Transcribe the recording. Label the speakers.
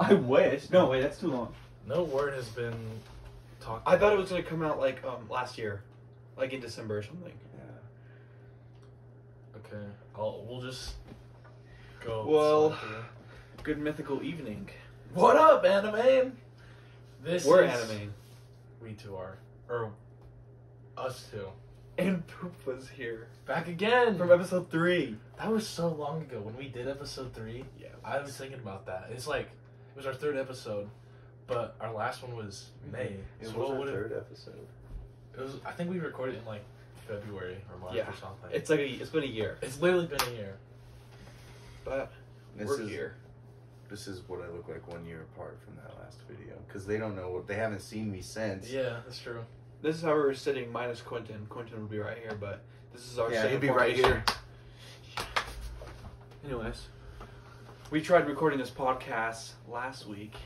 Speaker 1: I wish. No, wait, that's too long.
Speaker 2: No word has been talked.
Speaker 3: I thought
Speaker 2: about.
Speaker 3: it was gonna come out like um last year, like in December or something.
Speaker 2: Okay, I'll, we'll just go.
Speaker 3: Well-
Speaker 2: slide
Speaker 3: Good mythical evening.
Speaker 2: through. what up, anime? This
Speaker 3: We're
Speaker 2: is,
Speaker 3: anime.
Speaker 2: We two are, or us two,
Speaker 3: And poop was here
Speaker 2: back again.
Speaker 3: from episode three.
Speaker 2: that was so long ago when we did episode three.
Speaker 3: Yeah.
Speaker 2: I was thinking about that. It's like it was our third episode, but our last one was May. So
Speaker 1: It was
Speaker 2: what
Speaker 1: our
Speaker 2: would it-
Speaker 1: third episode.
Speaker 2: It was. I think we recorded in like February or March
Speaker 3: Yeah.
Speaker 2: or something.
Speaker 3: It's like a, it's been a year,
Speaker 2: it's literally been a year.
Speaker 3: but
Speaker 1: This
Speaker 3: we're
Speaker 1: is
Speaker 3: here.
Speaker 1: this is what I look like one year apart from that last video because they don't know what they haven't seen me since.
Speaker 2: Yeah, that's true.
Speaker 3: This is how we were sitting, minus Quentin. Quentin would be right here, but this is our.
Speaker 1: yeah
Speaker 3: sitting
Speaker 1: he'll be right
Speaker 3: formation.
Speaker 1: here.
Speaker 3: Anyways, we tried recording this podcast last week,